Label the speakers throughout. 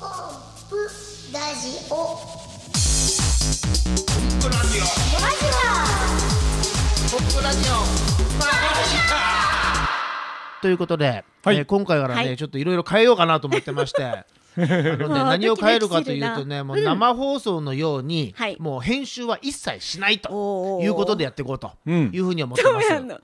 Speaker 1: ップラジオ
Speaker 2: ポップラジオ
Speaker 1: ラジ
Speaker 2: ポップラジオということで、
Speaker 3: はい
Speaker 2: えー今回からね、
Speaker 4: はい
Speaker 2: ちょっといろいろ変えようかなと思って ましてあの、ね、
Speaker 4: わあ
Speaker 2: 何を変えるかというとね
Speaker 4: ド
Speaker 2: も
Speaker 4: キドキする
Speaker 2: う
Speaker 4: なう
Speaker 2: ん生放送のように、
Speaker 4: はい
Speaker 2: もう編集は一切しない
Speaker 4: お
Speaker 2: と
Speaker 4: ー
Speaker 2: いうことでやっていこうと
Speaker 3: うん
Speaker 2: いうふうに思って
Speaker 4: ど
Speaker 2: ま
Speaker 4: う
Speaker 2: す。
Speaker 4: やんの
Speaker 2: え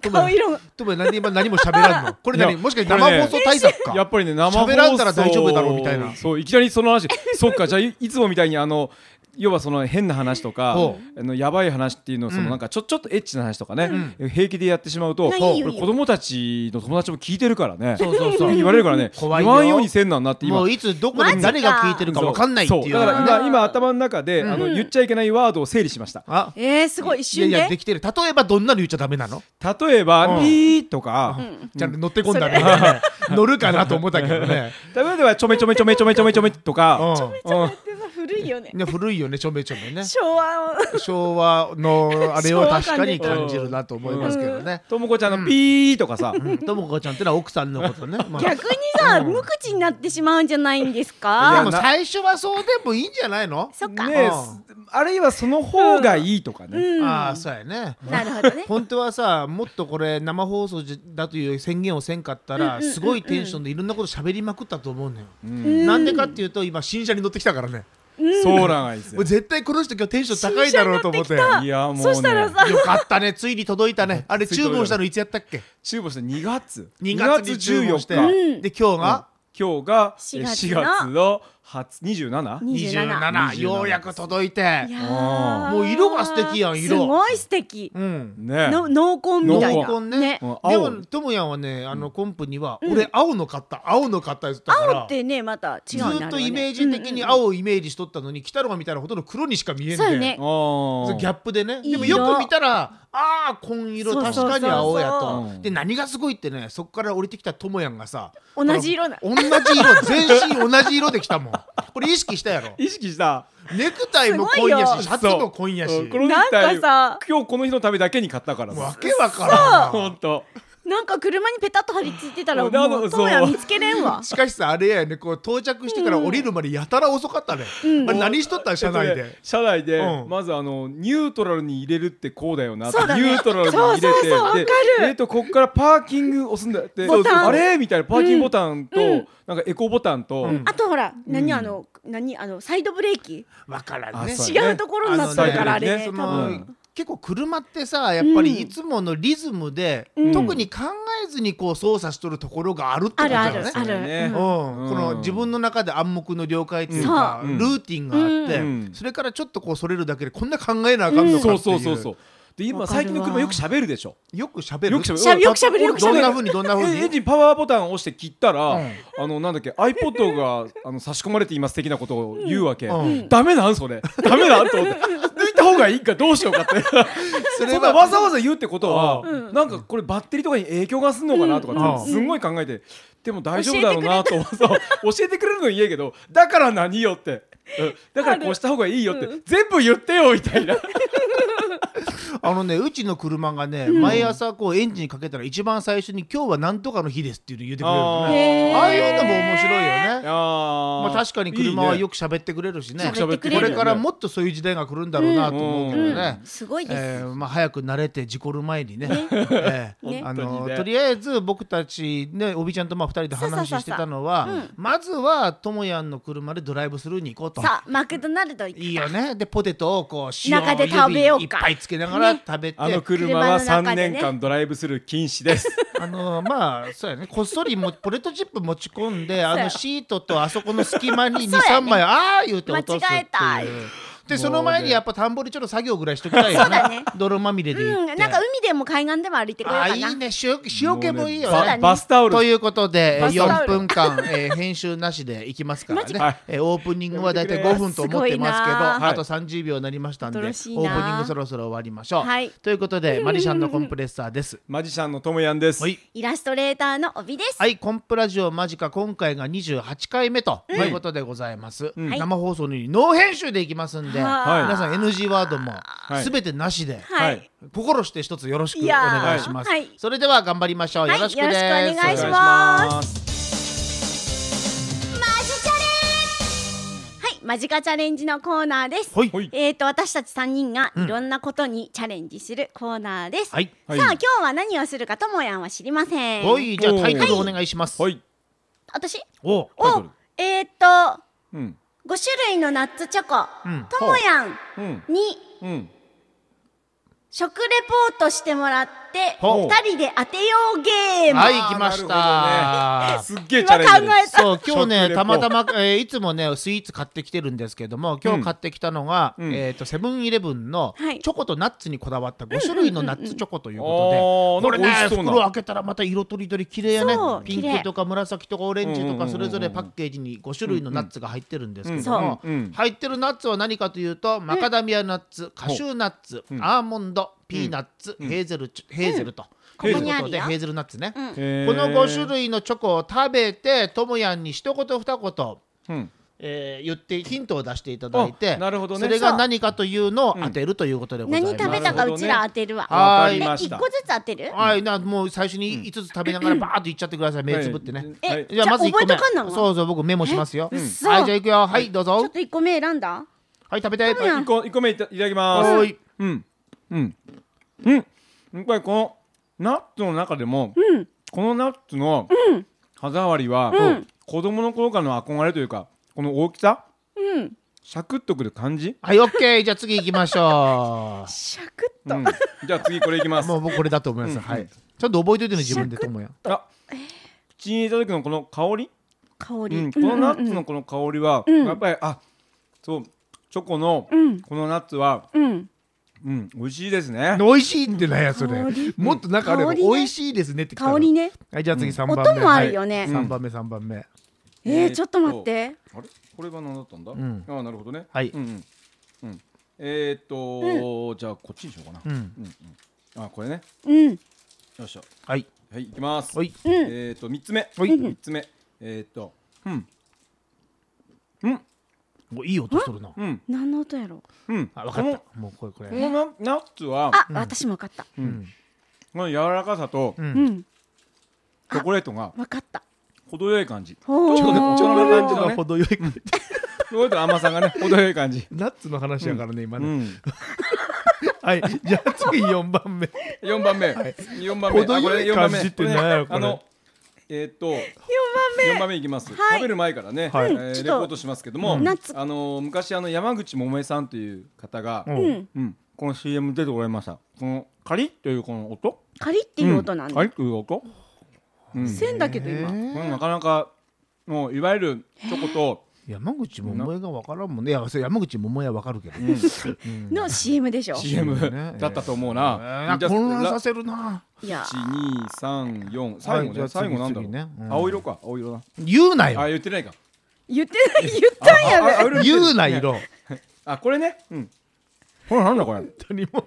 Speaker 2: トム
Speaker 4: 顔色が
Speaker 2: トム何今何も喋らん のこれ
Speaker 3: い
Speaker 2: 何
Speaker 3: や
Speaker 2: もしかして
Speaker 3: これね
Speaker 2: 生放送対策か
Speaker 3: やっぱりね生放送
Speaker 2: 喋らんだら大丈夫だろうみたいな
Speaker 3: そういきなりその話 そっかじゃあいいつもみたいにあの要はその変な話とか
Speaker 2: ほ
Speaker 3: あのやばい話っていうのをそ
Speaker 2: うん
Speaker 3: のなんかちょちょっとエッチな話とかね、平気でやってしまうと、
Speaker 4: まあ
Speaker 3: こ
Speaker 4: いいよ
Speaker 3: れ
Speaker 4: いい
Speaker 3: 子
Speaker 4: よ
Speaker 3: 供たちの友達も聞いてるからね
Speaker 2: そうそうそう
Speaker 3: 言われるからね
Speaker 2: 怖いよ
Speaker 3: 言わんようにせんなんなって今
Speaker 2: もういつどこで誰が聞いてるかわかんないっていう
Speaker 3: そだから
Speaker 2: あ
Speaker 3: 今今頭の中で、あの言っちゃいけないワードを整理しました
Speaker 2: あ
Speaker 4: えー、すごい一
Speaker 2: いや
Speaker 4: 瞬
Speaker 2: い
Speaker 4: で
Speaker 2: やできてる例えばどんなの言っちゃダメなの
Speaker 3: 例えば、
Speaker 2: うん
Speaker 3: ピーとか、
Speaker 2: ちゃんと乗ってこん だね乗るかなと思ったけどね
Speaker 3: 例えばちょめちょめちょめちょめちょめちょめとか、
Speaker 2: う
Speaker 4: ちょっと待ってさ古いよね
Speaker 2: んね古いよねちょめちょめね
Speaker 4: 昭和を
Speaker 2: 昭和 のあれを
Speaker 4: 昭和
Speaker 2: 確か
Speaker 4: 感
Speaker 2: に
Speaker 4: ね
Speaker 2: 感じるなと思いますけどね
Speaker 3: ともこちゃんのピーとかさ、
Speaker 2: ともこちゃんってのは奥さんのことねまあ
Speaker 4: 逆にさ、無口になってしまうんじゃないんです
Speaker 2: で
Speaker 4: か
Speaker 2: も最初はそうでもいいんじゃないの
Speaker 4: そっか、
Speaker 3: ねえあるいはその方がいいとかね、
Speaker 4: うん
Speaker 2: ああそうやね
Speaker 4: なる ほどね
Speaker 2: 本当はさもっとこれ生放送じだという宣言をせんかったらすごいテンションでいろんなこと喋りまくったと思うのよなんでかっていうと今新車に乗ってきたからね
Speaker 3: そうなんですよ
Speaker 2: 俺絶対この人今日テンション高いだろうと思って
Speaker 4: 新車に乗ってき
Speaker 3: いやもうね
Speaker 4: そしたらさ
Speaker 2: よかったね、ついに届いたね。あれ、
Speaker 3: つい
Speaker 2: 注
Speaker 3: 届い
Speaker 2: 文
Speaker 3: たね
Speaker 2: したのいつやったっけ
Speaker 3: 注文した2月
Speaker 2: ?2 月に注文して。で、今日が
Speaker 3: 今日が
Speaker 4: 4
Speaker 3: 4
Speaker 4: 月
Speaker 3: 月
Speaker 4: の
Speaker 3: の初27
Speaker 4: 27
Speaker 2: 27、
Speaker 3: 27
Speaker 2: ようやく届いて
Speaker 4: い。やー
Speaker 2: もう色が素敵やん色
Speaker 4: すごい素敵
Speaker 2: うん。
Speaker 3: ね
Speaker 4: の濃厚みたい
Speaker 2: 濃
Speaker 4: な
Speaker 2: 紺ね。で
Speaker 3: うん
Speaker 2: も
Speaker 3: 青、
Speaker 2: ともやんはね、あの、コンプには、俺、青の買った、青の買ったやつだから。
Speaker 4: 青ってねまた
Speaker 2: ず
Speaker 4: 違うのあるよね
Speaker 2: ーっとイメージ的に青をイメージしとったのに、北郎が見たらほとんど黒にしか見えん
Speaker 4: そうよ
Speaker 2: で
Speaker 4: ね。
Speaker 2: そ
Speaker 3: あ
Speaker 2: うギャップでね
Speaker 4: いい
Speaker 2: で
Speaker 4: 色
Speaker 2: もよく見たらああ紺色
Speaker 4: そう
Speaker 2: 確
Speaker 4: そうそうそう
Speaker 2: かに青や
Speaker 3: う
Speaker 2: と
Speaker 3: ん
Speaker 2: で何がすごいってねそこから降りてきたともやんがさ
Speaker 4: 同じ色な
Speaker 2: 同じ色全身同じ色できたもんこれ意識したや ろ
Speaker 3: 意識した
Speaker 2: ネクタイも紺やしシ
Speaker 3: すごい
Speaker 2: ャ
Speaker 3: よ
Speaker 2: ツも紺やし
Speaker 3: うんこの肉体
Speaker 4: なんかさ
Speaker 3: 今日この日のためだけに買ったから
Speaker 2: わけわ からん
Speaker 3: ほん
Speaker 2: わ
Speaker 3: と
Speaker 4: なんか車にペタッと張り付いてたら
Speaker 3: うんな
Speaker 4: もう
Speaker 3: そう
Speaker 4: 友や見つけれんわ
Speaker 2: しかしさあれやねこう到着してから降りるまでやたら遅かったね、あれ何しとったん車内
Speaker 3: えっとね
Speaker 2: で
Speaker 3: 車内で、
Speaker 2: うん
Speaker 3: まずあのニュートラルに入れるってこうだよなって
Speaker 4: そうだね
Speaker 3: ニュートラルに入れて
Speaker 4: そうそうそうわかる
Speaker 3: でえっとこっからパーキング押すんだって
Speaker 4: ボタン
Speaker 3: あれみたいなパーキングボタンと、なんかエコボタンと、
Speaker 2: ん
Speaker 4: あとほら何あの何あのサイドブレーキ
Speaker 2: わからん
Speaker 3: あ
Speaker 2: ね
Speaker 3: そうやね
Speaker 4: 違うところになってるから
Speaker 3: あ
Speaker 4: あ
Speaker 3: のねね
Speaker 4: れね
Speaker 2: そ
Speaker 4: 多
Speaker 2: の
Speaker 3: う
Speaker 4: 分
Speaker 3: ん
Speaker 2: 結構車ってさやっぱりいつものリズムで、
Speaker 4: うん
Speaker 2: 特に考えずにこう操作しとるところがあるってこと
Speaker 4: ある
Speaker 2: だ
Speaker 4: あ
Speaker 2: よ
Speaker 4: る
Speaker 2: ね
Speaker 4: あ
Speaker 3: そうだ
Speaker 4: る
Speaker 3: ね
Speaker 2: う
Speaker 4: うん
Speaker 2: ん
Speaker 3: うん
Speaker 2: この自分の中で暗黙の了解っていうか
Speaker 3: そう
Speaker 2: ルーティンがあって、
Speaker 3: うん
Speaker 2: それからちょっとこうそれるだけでこんな考えなあかんのか
Speaker 3: そ
Speaker 2: っ
Speaker 3: う
Speaker 2: て
Speaker 3: そ
Speaker 2: いう
Speaker 3: そうそうで今
Speaker 4: わかるわ
Speaker 3: 最近の車よく喋るでしょ
Speaker 2: よくしゃべる
Speaker 3: よく喋る
Speaker 4: しゃべよく喋るよく
Speaker 2: どん
Speaker 4: 喋
Speaker 2: な
Speaker 4: る
Speaker 2: ふうにどんなふう
Speaker 3: えエン
Speaker 2: に
Speaker 3: ジンパワーボタンを押して切ったら、
Speaker 2: うん
Speaker 3: あのなんだっけ iPod が あの差し込まれています的なことを言うわけ、
Speaker 2: うん
Speaker 3: ダメなんそれダメなんと思って抜いた方がいいかどうしようかって それはわざわざ言うってことは、なんかこれバッテリーとかに影響がすんのかなとかって、
Speaker 2: うん
Speaker 3: すんごい考えてでも大丈夫だろうなと思ってそう教えてくれるのいいけどだから何よって。うんだからこうした方がいいよって、全部言ってよみた いな
Speaker 2: あのねうちの車がね、毎朝こうエンジンかけたら一番最初に「今日はなんとかの日です」っていうの言ってくれるのね
Speaker 4: へー
Speaker 2: ああいうのも面白いよね。
Speaker 3: ま
Speaker 2: まあ、確かに車はい
Speaker 3: いね
Speaker 2: よく喋ってくれるしね
Speaker 4: よく喋ってく
Speaker 2: こ
Speaker 4: れる
Speaker 2: れからもっとそういう時代が来るんだろうなと思うけどね。
Speaker 4: うんすごいです
Speaker 2: えーまあ、早く慣れて事故る前にねえー
Speaker 4: ね
Speaker 2: あ
Speaker 3: 本当
Speaker 2: の
Speaker 3: にね
Speaker 2: とりあえず僕たちねおびちゃんとまあ2人で話してたのは
Speaker 4: そうそうそうそう
Speaker 2: まずはともやんの車でドライブスルーに行こうと。
Speaker 4: さあマクドナルド行く
Speaker 2: いいよねでポテトをこう塩
Speaker 4: 中で食べよう
Speaker 2: 指い
Speaker 4: か
Speaker 2: っぱいつけながら食べて、
Speaker 3: あの車は3年間ドライブスルー禁止 です。
Speaker 2: あのまあそうやねこっそりもポテトチップ持ち込んであ
Speaker 4: そう
Speaker 2: の
Speaker 4: や
Speaker 2: シートとあそこの隙間に
Speaker 4: そうや
Speaker 2: 23
Speaker 4: ね
Speaker 2: 枚ああ言うて落とすってい
Speaker 4: 間違
Speaker 2: う
Speaker 4: えた。
Speaker 2: でその前にやっぱ田んぼでちょっと作業ぐらいしときたい
Speaker 4: そ
Speaker 2: よ
Speaker 4: うだ
Speaker 2: ね
Speaker 4: ね。
Speaker 2: 泥まみれで
Speaker 4: う
Speaker 2: 行
Speaker 4: ん
Speaker 2: って。
Speaker 4: なんか海でも海岸でも歩いてこよう
Speaker 2: あ
Speaker 4: か
Speaker 2: ー
Speaker 4: ない
Speaker 2: いね塩塩気もいいよ
Speaker 4: そうだ
Speaker 2: ね
Speaker 4: ね。
Speaker 3: バスタオル
Speaker 2: ということで
Speaker 3: バスタ
Speaker 2: 4
Speaker 3: オル
Speaker 2: 分間、えー編集なしでいきますからね
Speaker 3: か、
Speaker 2: えーオープニングはだいたい
Speaker 3: やめ
Speaker 2: 5
Speaker 3: てくれ
Speaker 2: 分と思ってますけど
Speaker 4: すごいな
Speaker 3: ー
Speaker 2: あと30秒になりましたんでオ
Speaker 4: 恐ろ
Speaker 2: ープニ
Speaker 4: しい
Speaker 2: ン
Speaker 4: なー
Speaker 2: グそろそろ終わりましょう、
Speaker 4: はい
Speaker 2: ということ でマリシャンのコンプレッサーです
Speaker 3: マジシャンのともやんです。
Speaker 2: はい
Speaker 4: イラストレーターの帯です
Speaker 2: はい、コンプラジオ間近今回が28回目ということでございます、
Speaker 3: うん
Speaker 2: 生放送のようにノー編集でいきますんで、
Speaker 4: はい
Speaker 2: 皆さん NG ワードも
Speaker 3: い
Speaker 2: すべてなしで、
Speaker 4: は
Speaker 3: はいい
Speaker 2: 心して一つよろしくお
Speaker 4: いやー
Speaker 2: 願いします、
Speaker 4: はい
Speaker 2: それでは頑張りましょう、
Speaker 4: はい
Speaker 2: よろしく
Speaker 4: よ
Speaker 2: です
Speaker 4: ろしくお願いします
Speaker 3: お願いします。
Speaker 1: マジチャレンジ
Speaker 4: マジカチャレンジのコーナーです。
Speaker 2: はい
Speaker 3: はい
Speaker 4: えー、と私たち3人がいろんなことにチャレンジするコーナーです。
Speaker 2: はい
Speaker 4: さあ、
Speaker 3: はい
Speaker 4: 今日は何をするかともやんは知りません。
Speaker 2: はいじゃあタイトルお願いします、
Speaker 3: はい
Speaker 4: 私
Speaker 2: お
Speaker 3: タイト
Speaker 4: お
Speaker 3: ル
Speaker 4: えー、っと
Speaker 3: うん
Speaker 4: 5種類のナッツチョコ、
Speaker 2: うん
Speaker 4: ともやん
Speaker 3: うん
Speaker 4: に
Speaker 3: うん
Speaker 4: 食レポートしてもらって
Speaker 2: ほう
Speaker 4: 2人で当てようゲーム、
Speaker 2: はい来ました
Speaker 3: なすっげえチ
Speaker 4: 今
Speaker 3: ャ
Speaker 4: 考
Speaker 3: レンジで
Speaker 4: え
Speaker 3: す
Speaker 4: た
Speaker 2: そう今日
Speaker 3: 食
Speaker 2: ね
Speaker 3: レポ
Speaker 2: たまたま、えーいつもねスイーツ買ってきてるんですけども今日買ってきたのが、
Speaker 3: うん
Speaker 2: えー、とセブンイレブンの
Speaker 4: はい
Speaker 2: チョコとナッツにこだわった5種類のナッツチョコということで、これ
Speaker 3: あー
Speaker 2: ね
Speaker 3: なんか美味しそうな
Speaker 2: 袋開けたらまた色とりどり綺麗やね
Speaker 4: そう
Speaker 2: ピン
Speaker 4: 綺麗
Speaker 2: クとか紫とかオレンジと
Speaker 3: うんうんうんう
Speaker 2: か
Speaker 3: ん
Speaker 2: それぞれパッケージに5種類のナッツが入ってるんですけども、
Speaker 3: うんうんうん
Speaker 2: 入ってるナッツは何かというとマカダミアナッツカシューナッツ、
Speaker 3: うん
Speaker 2: アーモンドピーナッツ、ヘーゼルチュヘーゼルと。
Speaker 4: こ
Speaker 2: いう
Speaker 4: こにあるよ
Speaker 2: ことでヘーゼルナッツね、
Speaker 4: うん
Speaker 3: へー
Speaker 2: この5種類のチョコを食べてともやんに一言二言、
Speaker 3: うん
Speaker 2: えー言ってヒントを出していただいて
Speaker 3: あなるほどね
Speaker 2: それが何かというのを当てるということでございま
Speaker 4: 何
Speaker 2: す。
Speaker 4: 食べたかうちら当てるわ、
Speaker 2: なるほどね
Speaker 3: わか
Speaker 4: え
Speaker 3: りまし
Speaker 4: 1
Speaker 3: た
Speaker 4: 個ずつ当てる
Speaker 2: はい、なもう最初に5つ食べながらバーッといっちゃってください、目つぶってね。
Speaker 4: え
Speaker 3: はい
Speaker 2: じゃあまず1個
Speaker 4: じゃ
Speaker 2: 目
Speaker 4: あ覚えとかんな
Speaker 2: そうそう僕メモしますよ。
Speaker 4: え
Speaker 2: うんはいじ
Speaker 4: 嘘
Speaker 2: ゃあいくよはいどう
Speaker 4: ちょ
Speaker 2: ぞ
Speaker 4: っ。と1個目選んだ
Speaker 2: はい食べて。
Speaker 4: トムヤ
Speaker 2: は
Speaker 4: ム
Speaker 2: い
Speaker 3: 一個一個目いたいただきます
Speaker 2: おーい
Speaker 3: うんうんうんやっぱりこのナッツの中でも、このナッツの歯触りは、子供の頃からの憧れというかこの大きさ、サクッとくる感じ、
Speaker 2: はいオッケーじゃあ次行きましょ
Speaker 4: シャクッ
Speaker 3: うんじゃあ次これいきま
Speaker 2: う。
Speaker 3: す
Speaker 2: もう僕これだと思います。
Speaker 3: うん
Speaker 2: はい。ちゃんと覚えといてね自分でともや。
Speaker 3: あ口に入れた時のこの香り、
Speaker 4: 香り、
Speaker 3: うん、このナッツのこの香りは、やっぱりあそうチョコのこのナッツは、
Speaker 4: うん
Speaker 3: うん、美味しいですね
Speaker 2: 美味しいんでないやそれ
Speaker 4: 香り。
Speaker 2: もっとなんかあれば
Speaker 4: 香りね
Speaker 2: 美味しいですねって来たの
Speaker 4: 香り。ね
Speaker 2: はいじゃあ次3番目。
Speaker 4: 音もあるよね
Speaker 2: はい三番目三番目。
Speaker 4: えー、ちょっと待って
Speaker 3: あれこれは何だったんだ、
Speaker 2: ん
Speaker 3: ああなるほどね
Speaker 2: はい
Speaker 3: うんうんうんえー、っと、じゃあこっちにしようかな、
Speaker 2: うん
Speaker 3: うんうんあこれね
Speaker 4: うん
Speaker 3: よいしょ
Speaker 2: はい
Speaker 3: はいいきます
Speaker 2: はい。
Speaker 3: えー、っと三つ目
Speaker 2: はい
Speaker 3: 三つ目えー、っとうん
Speaker 2: おいい音しとるな。
Speaker 3: うん
Speaker 4: 何の音やろ
Speaker 3: うん
Speaker 2: あ分かった。もうこれこ
Speaker 3: この
Speaker 2: れ。
Speaker 3: このナナッツは
Speaker 4: あ、私も分かった
Speaker 3: この柔らかさと
Speaker 2: ん
Speaker 4: うん
Speaker 3: チョコレートが
Speaker 4: 分かった
Speaker 3: 程よい感じちょ
Speaker 4: ほー
Speaker 3: っとね大人な感じのね
Speaker 2: 程よい。
Speaker 3: チョコレートの甘さ がね程よい感じ
Speaker 2: ナッツの話やからね今
Speaker 3: う
Speaker 2: ね。
Speaker 3: ん
Speaker 2: はいじゃあ次4番目。
Speaker 3: 四番目四番目
Speaker 2: 程よい
Speaker 3: あこれ四番目
Speaker 2: 感じって何や
Speaker 3: こ
Speaker 2: これ
Speaker 3: れねあのえー、っと
Speaker 4: 4
Speaker 3: 4番目いきます、
Speaker 4: はい
Speaker 3: 食べる前からね、
Speaker 2: はい
Speaker 3: え
Speaker 4: うんち
Speaker 3: ー
Speaker 4: ょっと
Speaker 3: レポートしますけども、
Speaker 4: うんナッツ
Speaker 3: あのー昔あの山口百恵さんという方が、
Speaker 2: う
Speaker 3: うんん
Speaker 2: 番目
Speaker 4: 目うん
Speaker 3: この CM 出ておられましたこのカリッというこの音っ
Speaker 4: カリっていう音なん
Speaker 3: カ
Speaker 4: だ
Speaker 3: リッという音、うん、こ
Speaker 4: 線だけど今
Speaker 3: れなかなかもういわゆるチョコと、
Speaker 2: 山口百恵が分からんもんね。いや、それ山口百恵は分かるけど。
Speaker 4: の CM でしょ
Speaker 3: CM
Speaker 2: ね
Speaker 3: だったと思う
Speaker 2: え
Speaker 3: な、
Speaker 2: ー混乱さ
Speaker 3: ラ
Speaker 2: せるな。
Speaker 4: いやー
Speaker 3: 1234最後
Speaker 2: じ
Speaker 3: ね、
Speaker 2: ゃあ次
Speaker 3: 最後なんだろう、
Speaker 2: 次ねうん
Speaker 3: 青色か青色な
Speaker 2: 言うな
Speaker 3: あ
Speaker 2: よ。
Speaker 3: 言ってないか
Speaker 4: 言ってない言ったんや
Speaker 3: ああ
Speaker 4: べ
Speaker 3: 青色言ってる
Speaker 2: 言うな 色。本
Speaker 3: あこれねうんこれなんだこれ
Speaker 2: 当にもう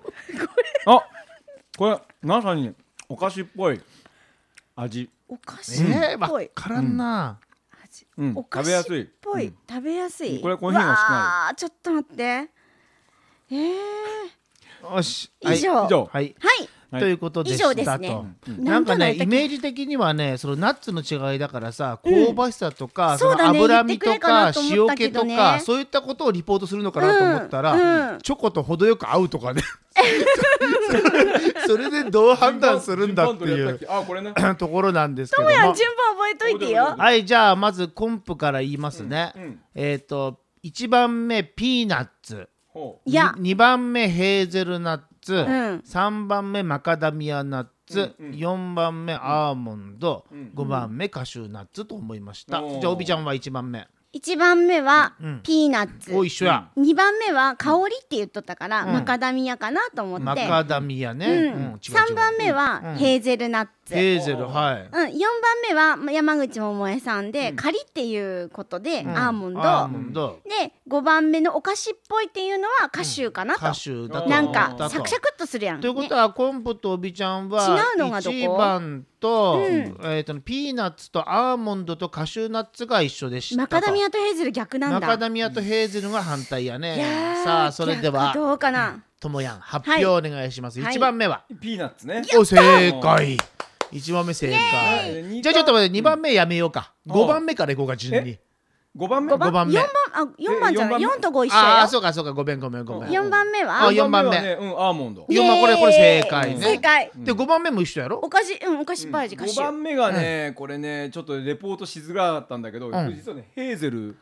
Speaker 3: あこれまさにお菓子っぽい味、
Speaker 4: お菓子
Speaker 2: え
Speaker 4: っ
Speaker 2: ー、
Speaker 4: ぽ
Speaker 2: 分
Speaker 4: い
Speaker 2: からんな。
Speaker 4: 味
Speaker 3: うん、
Speaker 4: お
Speaker 3: 食
Speaker 4: 菓
Speaker 3: べ
Speaker 4: 子
Speaker 3: や
Speaker 4: っ
Speaker 3: すい
Speaker 4: ぽい、食べやすい
Speaker 3: これこういうのが好きなの
Speaker 4: わーちょっと待ってえー、
Speaker 2: よし。
Speaker 4: 以上、
Speaker 3: 以上
Speaker 2: はい。
Speaker 4: はい
Speaker 2: は。
Speaker 3: はいい
Speaker 2: ということで
Speaker 4: 以上
Speaker 2: し
Speaker 4: で
Speaker 2: た
Speaker 4: すね
Speaker 2: と。
Speaker 4: うん
Speaker 2: なんかね
Speaker 4: なんとな
Speaker 2: イ
Speaker 4: く
Speaker 2: メージ的にはねそのナッツの違いだからさ香ばしさとか、
Speaker 4: うん
Speaker 2: そ
Speaker 4: そう
Speaker 2: の
Speaker 4: だね
Speaker 2: 脂身とか
Speaker 4: 言ってくれるかなと
Speaker 2: 塩
Speaker 4: 思った
Speaker 2: 気
Speaker 4: け
Speaker 2: と
Speaker 4: どね
Speaker 2: かそういったことをリポートするのかなと思ったら、
Speaker 4: うんうん
Speaker 2: チョコと程よく合うとかね それでどう判断するんだって
Speaker 3: 順
Speaker 2: い
Speaker 3: 番
Speaker 2: う
Speaker 3: とやったっけあこれね
Speaker 2: ところなんですけど
Speaker 4: と
Speaker 2: も
Speaker 4: もやん順番覚えといてよ
Speaker 2: はいじゃあまずコンプから言いますね、
Speaker 3: うんうん
Speaker 2: えっ、と1番目ピーナッツ
Speaker 3: ほ
Speaker 4: いや
Speaker 2: 2番目ヘーゼルナッツ、
Speaker 4: ん
Speaker 2: 3番目マカダミアナッツ、
Speaker 3: うんうん
Speaker 2: 4番目アーモンド、
Speaker 3: ん
Speaker 2: 5番目カシューナッツと思いました、
Speaker 3: おー
Speaker 2: じゃあおびちゃんは1番目
Speaker 4: 一番目は
Speaker 2: うん
Speaker 4: ピーナッツ、
Speaker 2: お一緒や、
Speaker 4: 二番目は香りって言っとったから、
Speaker 2: うん
Speaker 4: マカダミアかなと思
Speaker 2: マ
Speaker 4: って、
Speaker 2: カダミアね、
Speaker 4: う
Speaker 2: うん
Speaker 4: ん、三、番目
Speaker 2: うん
Speaker 4: はヘーゼルナッツ、
Speaker 2: ヘーゼルはい
Speaker 4: うん、4番目はま山口百恵さんで、カリっていうことで、
Speaker 2: ん
Speaker 4: アーモンド
Speaker 2: アーモンド
Speaker 4: で5番目のお菓子っぽいっていうのはカシューかなと、
Speaker 2: カシューだと
Speaker 4: なんか
Speaker 2: だと
Speaker 4: サクサクっとするやん
Speaker 2: ということ
Speaker 4: ね
Speaker 2: は、コンプとおびちゃんは
Speaker 4: 違うのがどこ
Speaker 2: 1番と,、
Speaker 4: うん
Speaker 2: えー、とピーナッツとアーモンドとカシューナッツが一緒でした
Speaker 4: マカダミ
Speaker 2: ア
Speaker 4: アとヘーゼル逆なん
Speaker 2: マ
Speaker 4: だ
Speaker 2: カダミアとヘーゼルが反対やね
Speaker 4: いやー
Speaker 2: さあそれで
Speaker 4: 逆
Speaker 2: は
Speaker 4: どうかな、
Speaker 2: ともやん発表お願いします、
Speaker 4: はい
Speaker 2: 1番目は、
Speaker 3: うピーナッツね
Speaker 2: お正解1番目正解
Speaker 3: イエーイ
Speaker 2: じゃあちょっと待って2番目やめようか、
Speaker 3: ん
Speaker 2: 5番目からいこうか順に
Speaker 3: 5番目
Speaker 4: 五
Speaker 2: 五番目
Speaker 4: 四番あ四番じゃな
Speaker 3: え四番目
Speaker 4: い四と五一緒
Speaker 2: ああ
Speaker 4: よ。
Speaker 2: そうかそうかごめんごめんごめん
Speaker 4: 四番目は
Speaker 2: あ四番目
Speaker 3: はね、うん、アーモンド
Speaker 2: 四番これこれ正解ね
Speaker 4: 正解。
Speaker 2: で5番目も一緒やろ
Speaker 4: お菓子うんお菓子パージ歌
Speaker 3: 5
Speaker 4: 手。
Speaker 3: 番目がね、これねちょっとレポートしづらかったんだけど、実はねヘーゼル